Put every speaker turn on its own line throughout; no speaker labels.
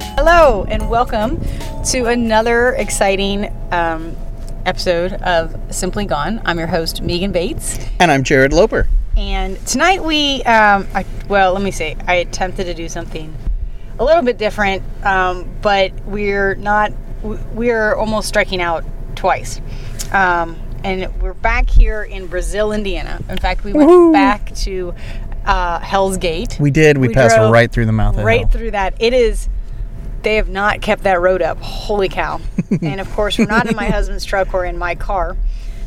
Hello, and welcome to another exciting um, episode of Simply Gone. I'm your host, Megan Bates.
And I'm Jared Loper.
And tonight we, um, I, well, let me say, I attempted to do something a little bit different, um, but we're not, w- we're almost striking out twice. Um, and we're back here in Brazil, Indiana. In fact, we went back to uh, Hell's Gate.
We did. We, passed
drove
right through the mouth. of
Right
hell.
through that. It is. They have not kept that road up. Holy cow! and of course, we're not in my husband's truck or in my car,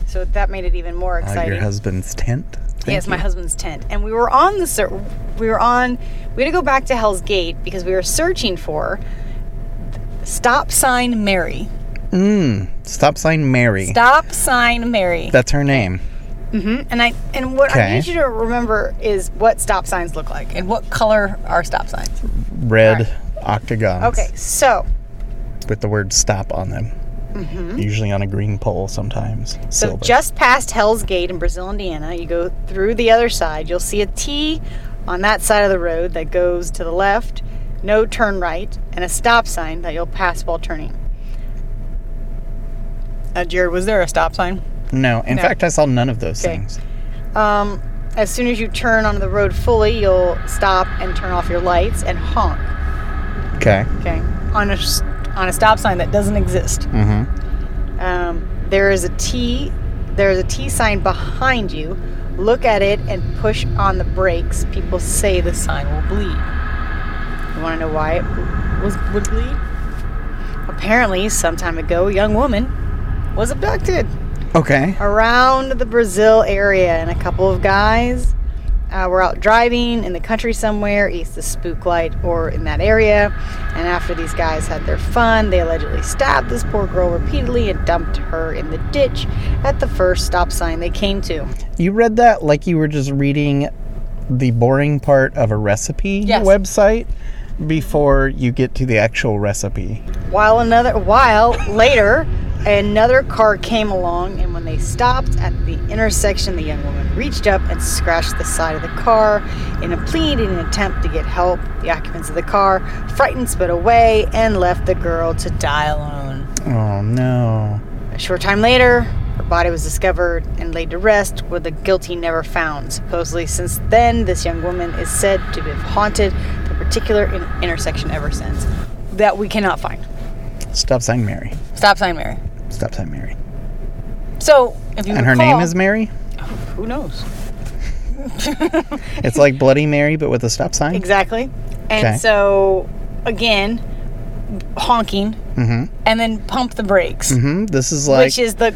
so that made it even more
Uh,
exciting.
your husband's tent. Thank
yes, my
you.
husband's tent, and we were on the ser- we were on. We had to go back to Hell's Gate because we were searching for stop sign Mary.
Stop sign Mary.
Stop sign Mary.
That's her name.
And I and what I
Okay.
need you to remember is what stop signs look like and what color are stop signs.
Red octagons.
Okay, so
With the word stop on them. Usually on a green pole sometimes.
Mm-hmm. So
Silver.
just past Hell's Gate in Brazil, Indiana, you go through the other side. You'll see a T on that side of the road that goes to the left, no turn right, and a stop sign that you'll pass while turning. Uh, Jared, was there a stop sign?
no, in
no.
fact, I saw none of those
Okay.
things.
Um, as soon as you turn onto the road fully, you'll stop and turn off your lights and honk.
Okay.
Okay, on a s- on a stop sign that doesn't exist.
Mm-hmm.
Um, there is a T. There is a T sign behind you. Look at it and push on the brakes. People say the sign will bleed. You want to know why it was would bleed? Apparently, some time ago, a young woman was abducted
Okay.
around the Brazil area, and a couple of guys uh, were out driving in the country somewhere, east of Spook Light or in that area. And after these guys had their fun, they allegedly stabbed this poor girl repeatedly and dumped her in the ditch at the first stop sign they came to.
You read that like you were just reading the boring part of a recipe
Yes.
website before you get to the actual recipe.
While another while later, another car came along, and when they stopped at the intersection, the young woman reached up and scratched the side of the car in a pleading attempt to get help. The occupants of the car, frightened, sped away and left the girl to die alone.
Oh no.
A short time later, her body was discovered and laid to rest, with the guilty never found. Supposedly, since then, this young woman is said to have haunted the particular in- intersection ever since. That we cannot find.
Stop sign Mary.
Stop sign, Mary.
Stop sign Mary.
So, if you
And her
recall-
name is Mary?
who knows
It's like Bloody Mary, but with a stop sign.
exactly, and
Okay.
so again, honking
Mm-hmm.
and then pump the brakes,
hmm This is like
which is the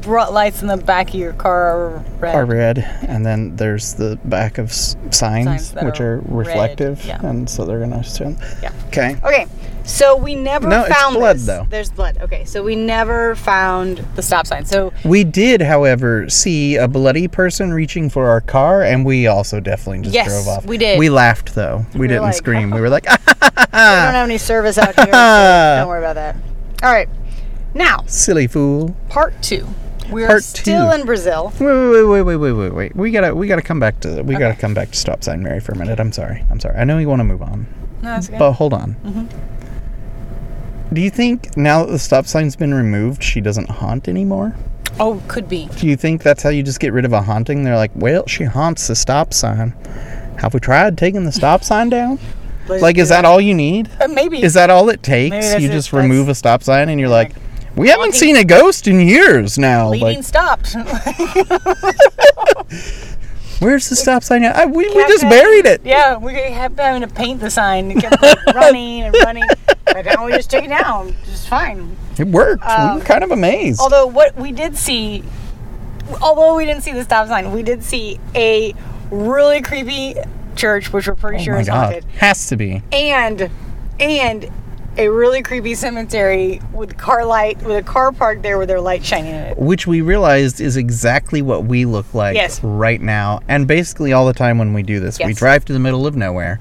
br- lights in the back of your car are red.
are red, and then there's the back of s- signs,
Signs that
which
are
are, reflective,
red, yeah.
and so they're gonna show.
Yeah.
Okay.
Okay, so we never
No, it's
found
blood,
this.
though.
There's blood. Okay, so we never found the stop sign. So
We did, however, see a bloody person reaching for our car, and we also definitely just
Yes,
drove off.
we did.
We laughed though. We, didn't
like,
scream. We were like, ah,
we don't have any service out here. so
Uh.
don't worry about that. All right, now
"Silly fool."
part two. We're
Part two.
still in Brazil.
Wait, wait, wait, wait, wait, wait, wait. We gotta, we gotta come back to, we gotta come back to stop sign Mary for a minute. I'm sorry. I'm sorry. I know you want to move on.
No, that's okay. Mm-hmm.
But hold on. Do you think now that the stop sign's been removed, she doesn't haunt anymore?
Oh, could be.
Do you think that's how you just get rid of a haunting? They're like, well, she haunts the stop sign. Have we tried taking the stop sign down?
Let's
Like,
do
is that all you need?
Uh, maybe.
Is that all it
Maybe
takes?
that's
You
it.
just
That's-
remove a stop sign and you're like, we haven't
Haunting-
seen a ghost in years now.
leading
Like,
stopped?
where's the stop sign? at? I, we, we just
Captain.
buried it.
Yeah, we kept having to paint the sign. It kept like, running and running. But now we just took it down. Just fine.
It worked.
Um,
we were kind of amazed.
Although what we did see, although we didn't see the stop sign, we did see a really creepy church, which we're pretty
oh
sure
my
is
God.
haunted,
Has to be.
and and a really creepy cemetery with car light with a car parked there with their light shining in it.
which we realized is exactly what we look like
Yes.
right now and basically all the time when we do this we
Yes. Uh-huh.
drive to the middle of nowhere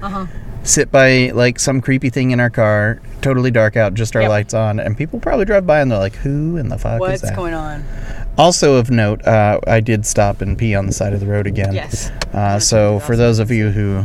sit by like some creepy thing in our car totally dark out just our
Yep.
lights on and people probably drive by and they're like who in the fuck is
What's
that
going on?
also of note uh, i did stop and pee on the side of the road again
Yes.
uh, so for those of you who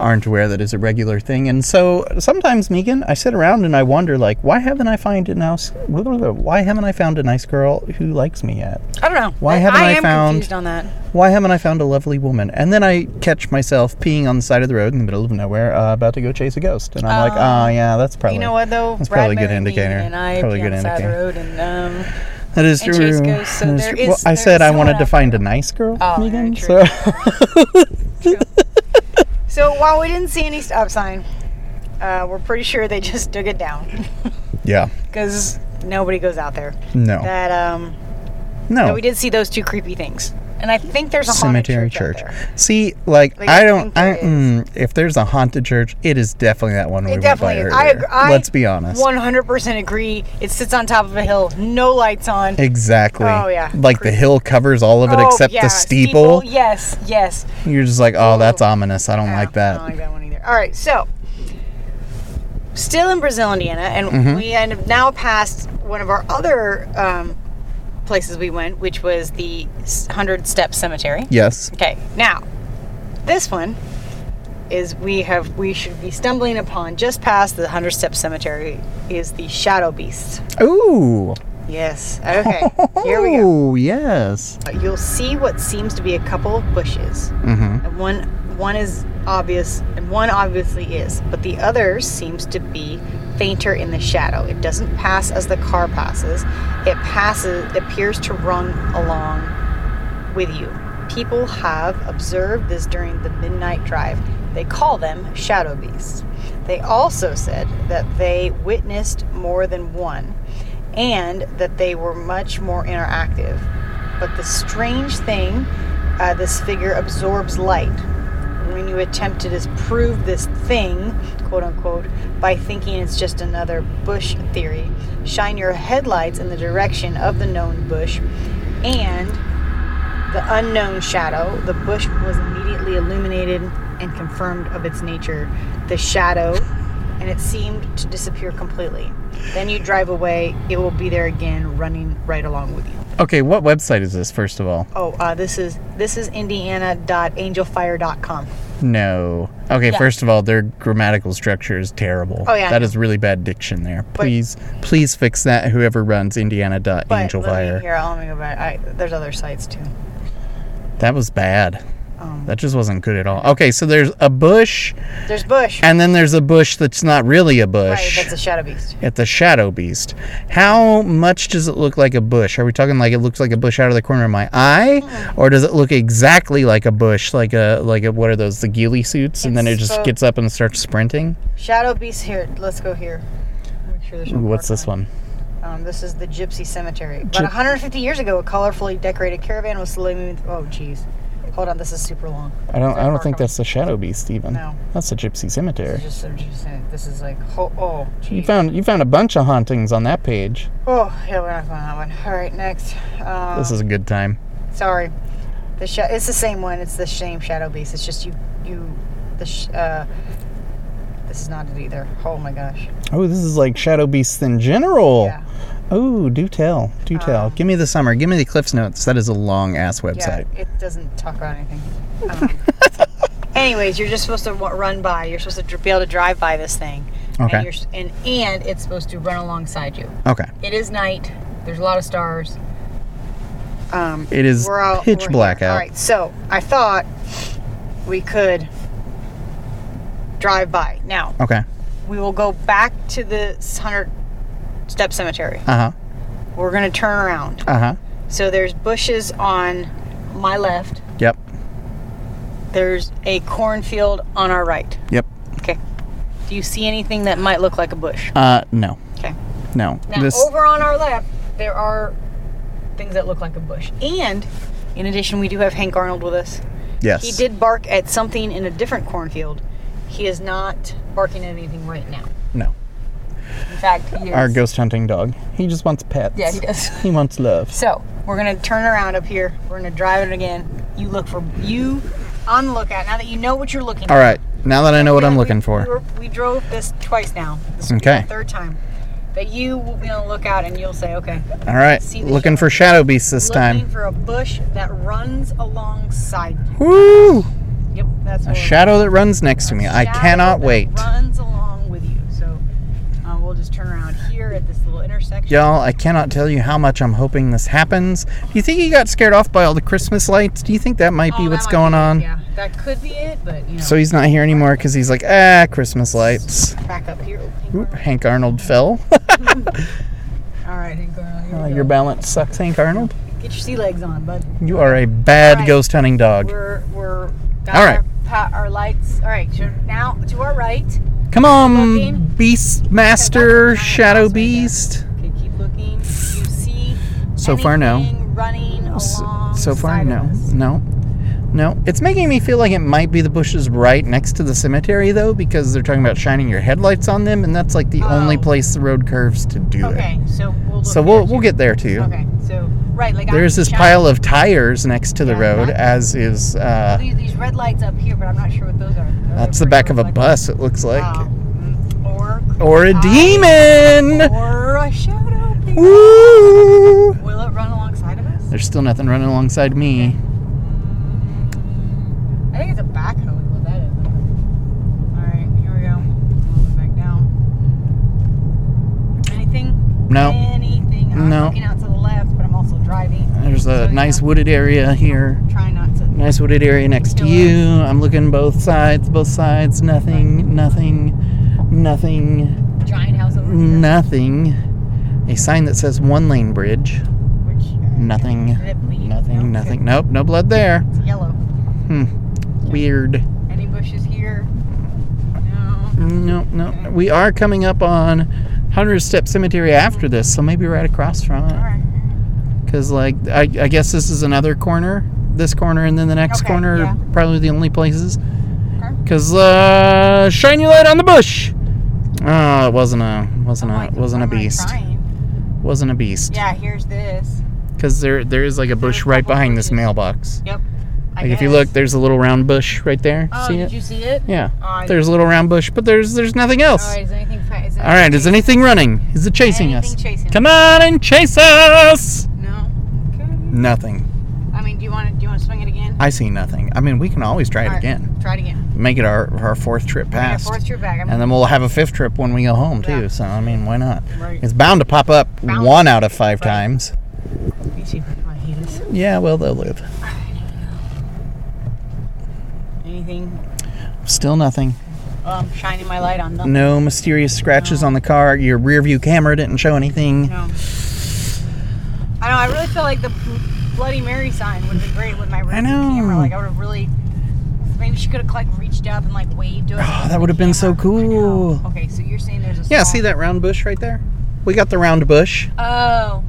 aren't aware that is a regular thing. And so sometimes, Megan, I sit around and I wonder, like, why haven't I found a nice, why haven't I found a nice girl who likes me yet?
I don't know.
Why
I-
haven't I
am
found-
confused on that?
Why haven't I found a lovely woman? And then I catch myself peeing on the side of the road in the middle of nowhere, uh, about to go chase a ghost, and I'm like, ah, yeah, that's probably
You know what though?
That's
Brad
probably a good
married me,
indicator.
And I
Probably
pee on
a good
the side of the road
indicator.
and um,
that is
and
true.
chase ghosts, so
That is
there
true.
is-
well, I
there is
said I wanted
someone
to
out
find a nice girl,
Oh, very
Megan.
true.
So
So while we didn't see any stop sign, uh, we're pretty sure they just took it down
yeah,
because nobody goes out there.
no,
That um,
no.
but we did see those two creepy things, and I think there's a haunted
Oh. cemetery
church.
church.
out there.
See, like,
Like,
I
I
don't.
think there
I, mm, if there's a haunted church, it is definitely that one we
It
went
definitely
by
is.
earlier.
I, ag- I
Let's be honest.
100% agree. It sits on top of a hill, no lights on.
exactly.
Oh, yeah.
Like the hill covers all of it
Oh,
except
yeah,
the steeple.
Yes, yes.
You're just like, oh, that's ominous. I don't
Yeah, Oh,
like that.
I don't like that one either. All right, so still in Brazil, Indiana, and
Mm-hmm.
we end up now past one of our other um, places we went, which was the Hundred Step Cemetery.
Yes.
Okay, now this one is we have we should be stumbling upon just past the Hundred Step Cemetery is the Shadow Beast.
Ooh.
Yes. Okay. Here we go.
Ooh, yes.
You'll see what seems to be a couple of bushes.
Mm-hmm.
And One one is obvious, and one obviously is, but the other seems to be fainter in the shadow. It doesn't pass as the car passes. It passes appears to run along with you. People have observed this during the midnight drive. They call them shadow beasts. They also said that they witnessed more than one and that they were much more interactive. But the strange thing, uh, this figure absorbs light. When you attempt to disprove this thing, quote unquote, by thinking it's just another bush theory, shine your headlights in the direction of the known bush and the unknown shadow, the bush was immediately illuminated and confirmed of its nature, the shadow, and it seemed to disappear completely. Then you drive away, it will be there again, running right along with you.
Okay, what website is this, first of all?
Oh, uh, this is this is indiana.angelfire.com.
No. Okay,
Yeah.
first of all, their grammatical structure is terrible.
Oh, yeah, I
That
know.
is really bad diction there. Please, please fix that, whoever runs
But
Indiana.angelfire.
here, let me go back. I, there's other sites too.
That was bad.
Um,
That just wasn't good at all. Okay, so there's a bush,
there's bush.
and then there's a bush that's not really a
Right,
bush.
that's a shadow beast.
it's a shadow beast. How much does it look like a bush? Are we talking like it looks like a bush out of the corner of my eye,
Hmm.
or does it look exactly like a bush, like a like a what are those the ghillie suits, and then it
It's
just
so-
gets up and starts sprinting?
Shadow beast here. Let's go here. Make sure there's no
Ooh,
mark
what's
on
this
it.
one?
Um, this is the Gypsy Cemetery. About
Gyp-
150 years ago, a colorfully decorated caravan was slowly moving. Th- oh, jeez. Hold on, this is super long.
I don't I
Sorry,
don't think
Markham.
that's the shadow beast even.
No.
That's a gypsy
This is
cemetery.
just, I'm just saying, this is like, ho- oh,
You
jeez.
found you found a bunch of hauntings on that page.
Oh, yeah, we're not going on that one. All right, next. Um,
This is a good time.
sorry. The sh- it's the same one. It's the same Shadow Beast. It's just you, you, the sh- uh, this is not it either. Oh my gosh.
Oh, this is like shadow beasts in general.
Yeah. Uh,
Oh, do tell, do tell. Give me the summer. Give me the Cliff's Notes. That is a long ass
Yeah,
website.
it doesn't talk about anything. Um, anyways, you're just supposed to wa- run by. You're supposed to dr- be able to drive by this thing.
Okay.
And, you're, s- and and it's supposed to run alongside you.
Okay.
It is night. There's a lot of stars. Um,
It is
we're out.
pitch
we're here.
black out.
All right. So I thought we could drive by. Now
Okay.
we will go back to the hundred step cemetery.
Uh huh.
We're gonna turn around.
Uh huh.
So there's bushes on my left.
Yep.
There's a cornfield on our right.
Yep.
Okay. Do you see anything that might look like a bush?
Uh, no.
Okay.
No.
Now,
this.
over on our left, there are things that look like a bush. And in addition, we do have Hank Arnold with us.
yes.
He did bark at something in a different cornfield. He is not barking at anything right now.
No.
In fact, he is.
Our ghost hunting dog. He just wants pets.
Yeah, he does.
He wants love.
So we're gonna turn around up here. We're gonna drive it again. You look for you on the lookout now that you know what you're looking.
All right. Now that I know what
Yeah,
I'm
we-
looking
We,
for.
were, we drove this twice now. This will be
Okay.
the third time. That you will be on the lookout and you'll say, okay,
All right.
see the
Looking for shadow beasts this
looking
time.
for a bush that runs alongside you.
Woo!
Yep, that's
A
what we're-
shadow that runs next to me. I
shadow
cannot
that
wait.
Runs along with you, so uh, we'll just turn around here at this little intersection.
Y'all, I cannot tell you how much I'm hoping this happens. Do you think he got scared off by all the Christmas lights? Do you think that might
Oh,
be
that
what's
might
going
it.
on?
Yeah, that could be it, but you know,
So he's not here anymore because he's like, ah, Christmas lights.
back up here.
Oop, Hank Arnold fell.
All right, Hank Arnold, here we
Uh,
go.
Your balance sucks, Hank Arnold.
Get your sea legs on, bud.
You are a bad
Alright.
ghost hunting dog.
We're we're got
All right.
Our, pa- our lights. All right, so now to our right.
Come on,
Looking.
Beast
Okay,
Master,
that's a giant
Shadow
mouse right there.
Beast.
Okay, keep looking. Do you see?
So far, no.
anything Running
S-
along.
So far, no, no, no. It's making me feel like it might be the bushes right next to the cemetery, though, because they're talking about shining your headlights on them, and that's like the only
Oh.
place the road curves to do
Okay, so we'll.
it.
Look
So
there,
we'll
too.
we'll get there too.
Okay, so right, like
There's
I'm
this
shining-
pile of tires next to the
Yeah,
road,
that-
as is uh,
These, these red lights up here, but I'm not sure what those are. Those
that's
are
the back of a
pretty
bus. It looks like,
reflective. Wow. Mm, Or
or a
I-
demon.
or a shadow. people.
Woo!
Will it run alongside of us?
There's still nothing running alongside me.
I think it's a backhoe. is What that is. All right, here we go. Move it back down. Anything?
No,
Anything? I'm
No.
looking out to the left, but I'm also driving.
there's
So,
a
yeah.
nice wooded area here.
Try not to.
Nice wooded area next to you. I'm looking both sides, both sides. Nothing, nothing, nothing,
Giant house over here.
nothing. A sign that says one lane bridge.
Which, uh,
Nothing.
did it bleed?
Nothing,
No,
nothing. Nope, no blood there.
It's yellow.
Hmm. Weird.
Any bushes here? No.
No, no. We are coming up on Hundred Step Cemetery after this, so maybe right across from
All
it.
right.
Because, like, I, I guess this is another corner. This corner and then the next
Okay,
corner
yeah.
are probably the only places.
Okay.
Because, uh, shine your light on the bush! Oh, it wasn't a, wasn't
I'm
a,
like,
wasn't a
why am I
beast.
trying?
Wasn't a beast.
Yeah, here's this.
Because there, there is like a
a
bush
couple
right behind this
bushes.
mailbox.
Yep. I
Like, if you
guess.
look, there's a little round bush right there.
Oh,
See
did
it?
you see it?
Yeah.
Oh, I- Oh,
There's a little round bush, but there's, there's nothing else.
All right, is anything? Fa- is
All right, is anything running? Is it chasing us?
Anything chasing us.
Come on and chase us!
No. Okay.
Nothing.
I mean, do you want to do you want to swing it again?
I see nothing. I mean, we can always try it
All right,
again.
Try it again.
Make it our, our fourth trip
I got
past.
forced your back. I'm
And then we'll have a fifth trip when we go home, too.
Yeah.
So, I mean, why not?
Right.
It's bound to pop up
Bound.
one out of five
Right.
times.
You see my heels.
Yeah, well, they'll live.
Anything?
Still nothing.
Oh, I'm shining my light on them.
No mysterious scratches on the car. Your rear view camera didn't show anything.
No. I know. I really feel like the Bloody Mary sign would have been great with my rear
I
view camera.
know.
Like I would have really. Maybe she could have like reached up and like waved to us.
Oh,
with
that
the
would have been so
camera. I know.
cool.
Okay, so you're saying there's a.
Yeah,
small-
see that round bush right there? We got the round bush
Oh.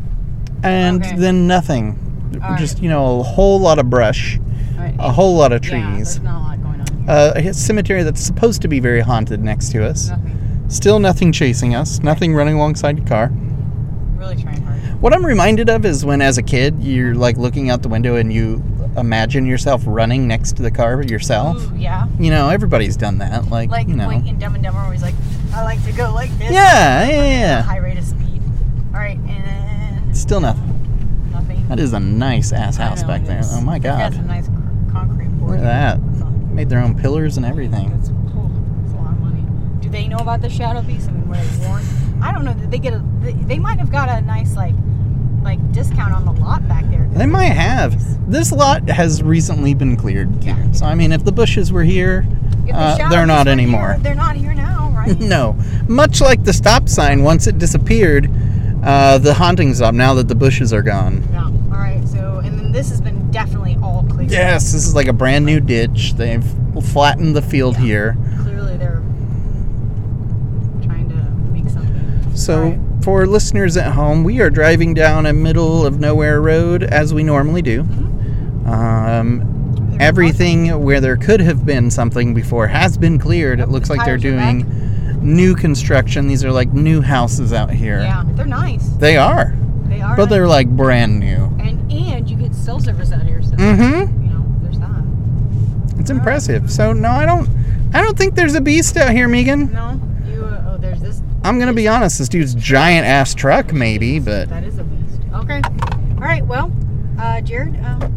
and
Okay.
then nothing.
All
Just, you know, a whole lot of brush,
All right.
a whole lot of
Yeah,
trees.
there's not a lot going on here.
Uh, a cemetery that's supposed to be very haunted next to us.
Nothing.
Still nothing chasing us, nothing running alongside the car.
Really trying hard.
What I'm reminded of is when, as a kid, you're like looking out the window and you imagine yourself running next to the car yourself.
Ooh, yeah.
You know, everybody's done that. Like,
Like,
you know.
like in Dumb and Dumber, where he's like, I like to go like this.
yeah, yeah,
At a
yeah.
High rate of speed. All right, and
Still nothing.
nothing.
That is a nice ass
I
house
know,
back
it
there.
is.
Oh my
They've Got
god.
some nice cr- concrete
Look
board.
at that.
That's a-
Made their own pillars and everything.
That's cool. That's a lot of money. Do they know about the shadow beast? I mean, were they warned? I don't know. Did they get a? They, they might have got a nice like, like discount on the lot back there.
They might have. This lot has recently been cleared. too.
Yeah.
So I mean, if the bushes were here,
If the
Uh,
shadow
they're
beast
not
were here,
anymore.
they're not here now, right?
no. Much like the stop sign, once it disappeared, uh, the haunting stopped. Now that the bushes are gone.
no. All right. So, and then this has been definitely all clear.
Yes, this is like a brand new ditch. They've flattened the field
Yeah.
here.
Clearly, they're trying to make something.
So,
Right.
for listeners at home, we are driving down a middle of nowhere road as we normally do.
Mm-hmm.
Um,
They're
everything where there could have been something before has been cleared. It
Yep,
looks
the
like they're
tires are
doing new construction. These are like new houses out here.
Yeah, they're nice.
They are,
They are.
but they're like brand new.
and and you get cell service out here, so
Mm-hmm.
you know there's that.
It's impressive. So no, I don't. I don't think there's a beast out here, Megan.
No, you. Uh, oh, there's this.
I'm gonna be honest. This dude's giant ass truck, maybe, but
That is a beast. Okay. All right. Well, uh, Jared. Um,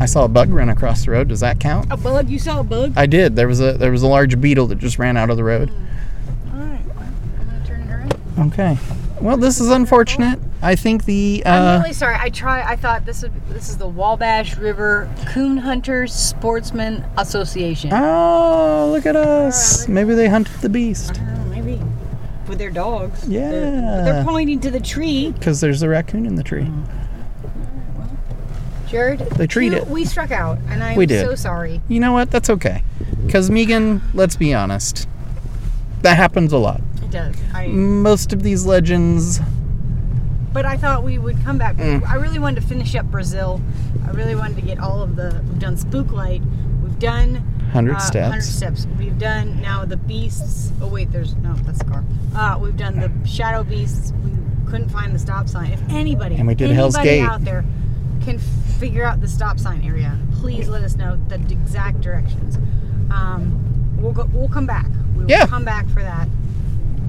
I saw a bug run across the road. Does that count?
A bug? You saw a bug?
I did. There was a there was a large beetle that just ran out of the road.
All right. I'm gonna turn it around.
Okay. Well, this is unfortunate. I think the
I'm
uh,
really sorry. I try. I thought this would. This is the Wabash River Coon Hunters Sportsmen Association.
oh look at us. Maybe they hunted the beast
Oh, maybe with their dogs.
Yeah.
They're, but they're pointing to the tree.
because there's a raccoon in the tree.
Jared.
They treat
you-
it.
We struck out, and I'm
We did.
so sorry.
You know what? That's okay. Because Megan, let's be honest, that happens a lot.
It does. I,
Most of these legends.
but I thought we would come back. I really wanted to finish up Brazil. I really wanted to get all of the. We've done Spook Light. We've done.
100
Uh,
steps.
100 steps. We've done now the beasts. Oh wait, there's no, that's the car. Uh, we've done the shadow beasts. We couldn't find the stop sign. If anybody,
And we did
anybody
Hell's Gate.
out there can figure out the stop sign area, please let us know the d- exact directions. Um, we'll go. We'll come back. We will
Yeah.
come back for that.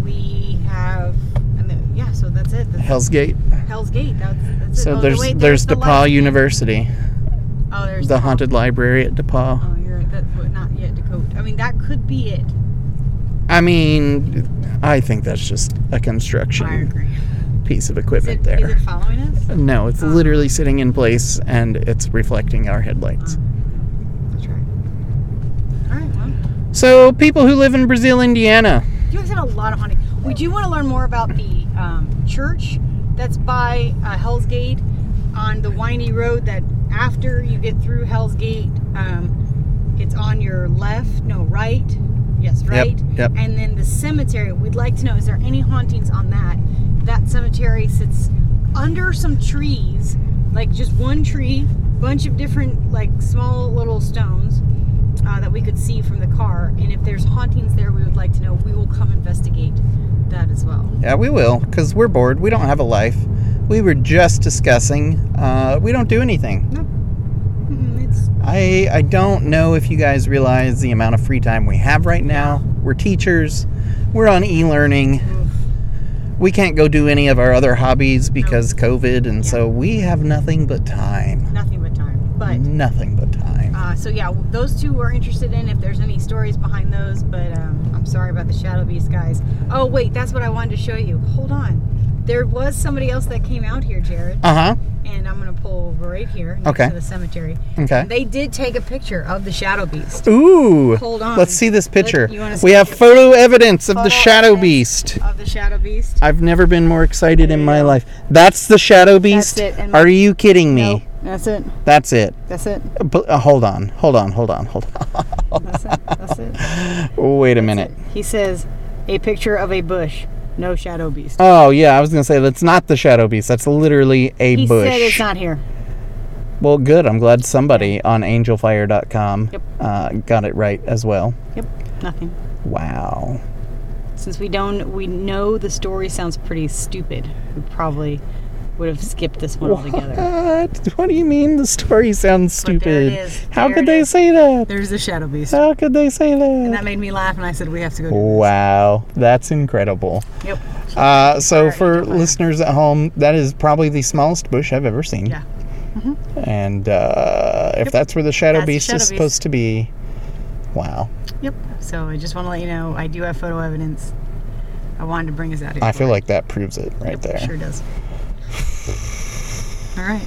We have. And then, yeah, so that's it. That's
Hell's Gate.
Hell's Gate. That's, that's it.
So
Oh,
there's
wait,
there's
the
DePaul
light.
University,
Oh, there's
the haunted library at DePaul.
Oh, you're right. That, but not yet Dakota. I mean, that could be it.
I mean, I think that's just a
I
construction
agree.
piece of
Is
equipment
it, is it
there.
following us?
No, it's literally sitting in place and it's reflecting our headlights.
That's right. All right, well.
So people who live in Brazil, Indiana,
You guys have a lot of haunted. We do want to learn more about the um, church that's by uh, Hell's Gate on the windy road that after you get through Hell's Gate, um, it's on your left, no, right. Yes, right.
yep.
And then the cemetery. We'd like to know is there any hauntings on that? That cemetery sits under some trees, like just one tree, bunch of different, like small little stones uh, that we could see from the car. And if there's hauntings there, we would like to know. We will come investigate that as well.
Yeah, we will, because we're bored. We don't have a life. We were just discussing. Uh, we don't do anything.
Mm,
Mm-hmm,
It's
I, I don't know if you guys realize the amount of free time we have right now. We're teachers, we're on e learning.
oof.
We can't go do any of our other hobbies because COVID, and so we have nothing but time.
nothing but time. But
Mm-hmm. Nothing but time.
uh, so yeah, those two we're interested in. If there's any stories behind those, but um, I'm sorry about the Shadow Beast guys. Oh wait, that's what I wanted to show you. Hold on. There was somebody else that came out here, Jared,
Uh huh.
and I'm gonna pull right here next
Okay.
to the cemetery.
Okay.
They did take a picture of the Shadow Beast
Ooh.
Hold on.
Let's see this picture.
you wanna
We
see
have
it?
photo evidence of the
Photo
shadow
evidence.
beast.
of the Shadow Beast.
I've never been more excited in my life. That's the Shadow Beast.
it, and-
Are you kidding me?
No, that's it.
That's it.
That's it.
Uh, bu- uh, hold on. Hold on. Hold on. Hold on.
That's it. That's it.
Wait a minute.
He says, a picture of a bush, no shadow beast.
Oh yeah, I was gonna say that's not the Shadow Beast. That's literally a
He
bush.
said it's not here.
well, good. I'm glad somebody on AngelFire.com
Yep.
uh, got it right as well.
Yep, nothing.
Wow.
Since we don't, we know the story sounds pretty stupid. We probably would have skipped this one altogether.
What? What do you mean? The story sounds
But there it
stupid.
is.
How
There
could
it
they
is.
say that?
There's the shadow beast.
How could they say
And
that?
that made me laugh, and I said, we have to go.
Oh.
Do
Wow, that's incredible.
this. Yep.
Uh, so
Alright,
for
don't worry.
listeners at home, that is probably the smallest bush I've ever seen.
Yeah. Mm-hmm.
And uh, if that's where the shadow
That's the
beast
shadow
is
beast.
supposed to be, wow,
Yep. So I just want to let you know, I do have photo evidence. I wanted to bring us out here.
I feel like that proves it right there.
Sure does. All right.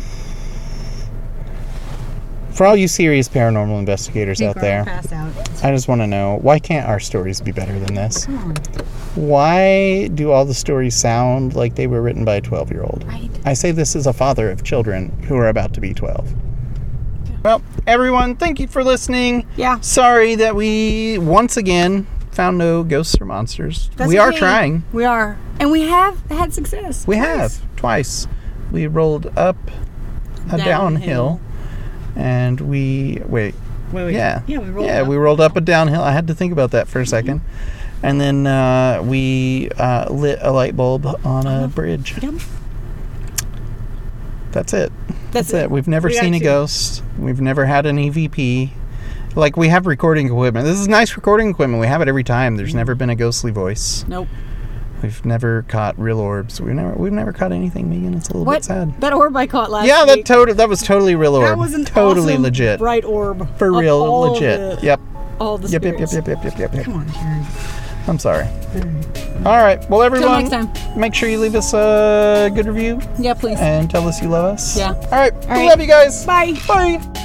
For all you serious paranormal investigators out
Keep
there,
going Fast out.
I just want to know why can't our stories be better than this?
Come on.
Why do all the stories sound like they were written by a 12 year old?
Right.
I say this as a father of children who are about to be 12. Well, everyone, thank you for listening.
Yeah.
Sorry that we once again found no ghosts or monsters.
That's
we are
okay.
trying.
We are. And we have had success.
We have twice. We rolled up a
Downhill.
downhill, and we wait.
Wait, wait.
Yeah.
Oh, Yeah, we rolled
Yeah,
up. Mm-hmm.
we rolled up a downhill. I had to think about that for a second. And then uh, we uh, lit a light bulb on a
Uh-huh.
bridge.
Yep.
That's it.
That's,
That's it. We've never
We got
seen a
two.
ghost. We've never had an EVP. Like we
Mm-hmm.
have recording equipment. This is nice recording equipment. We have it every time. There's never been a ghostly voice.
Nope.
We've never caught real orbs. We've never we've never caught anything, Megan. It's a little
What?
bit sad.
That orb I caught last
Yeah, that
week.
total that was totally real orb.
That was an
totally
awesome
legit.
bright orb.
For
of
real,
all
legit.
The,
Yep.
All the
Yep, yep, yep,
spirits.
yep, yep, yep, yep, yep.
Come on, Karen.
I'm sorry. All right. Well, everyone,
next time.
make sure you leave us a good review
Yeah, please.
Uh, and tell us you love us.
Yeah.
All right.
right.
Love you guys.
Bye.
Bye.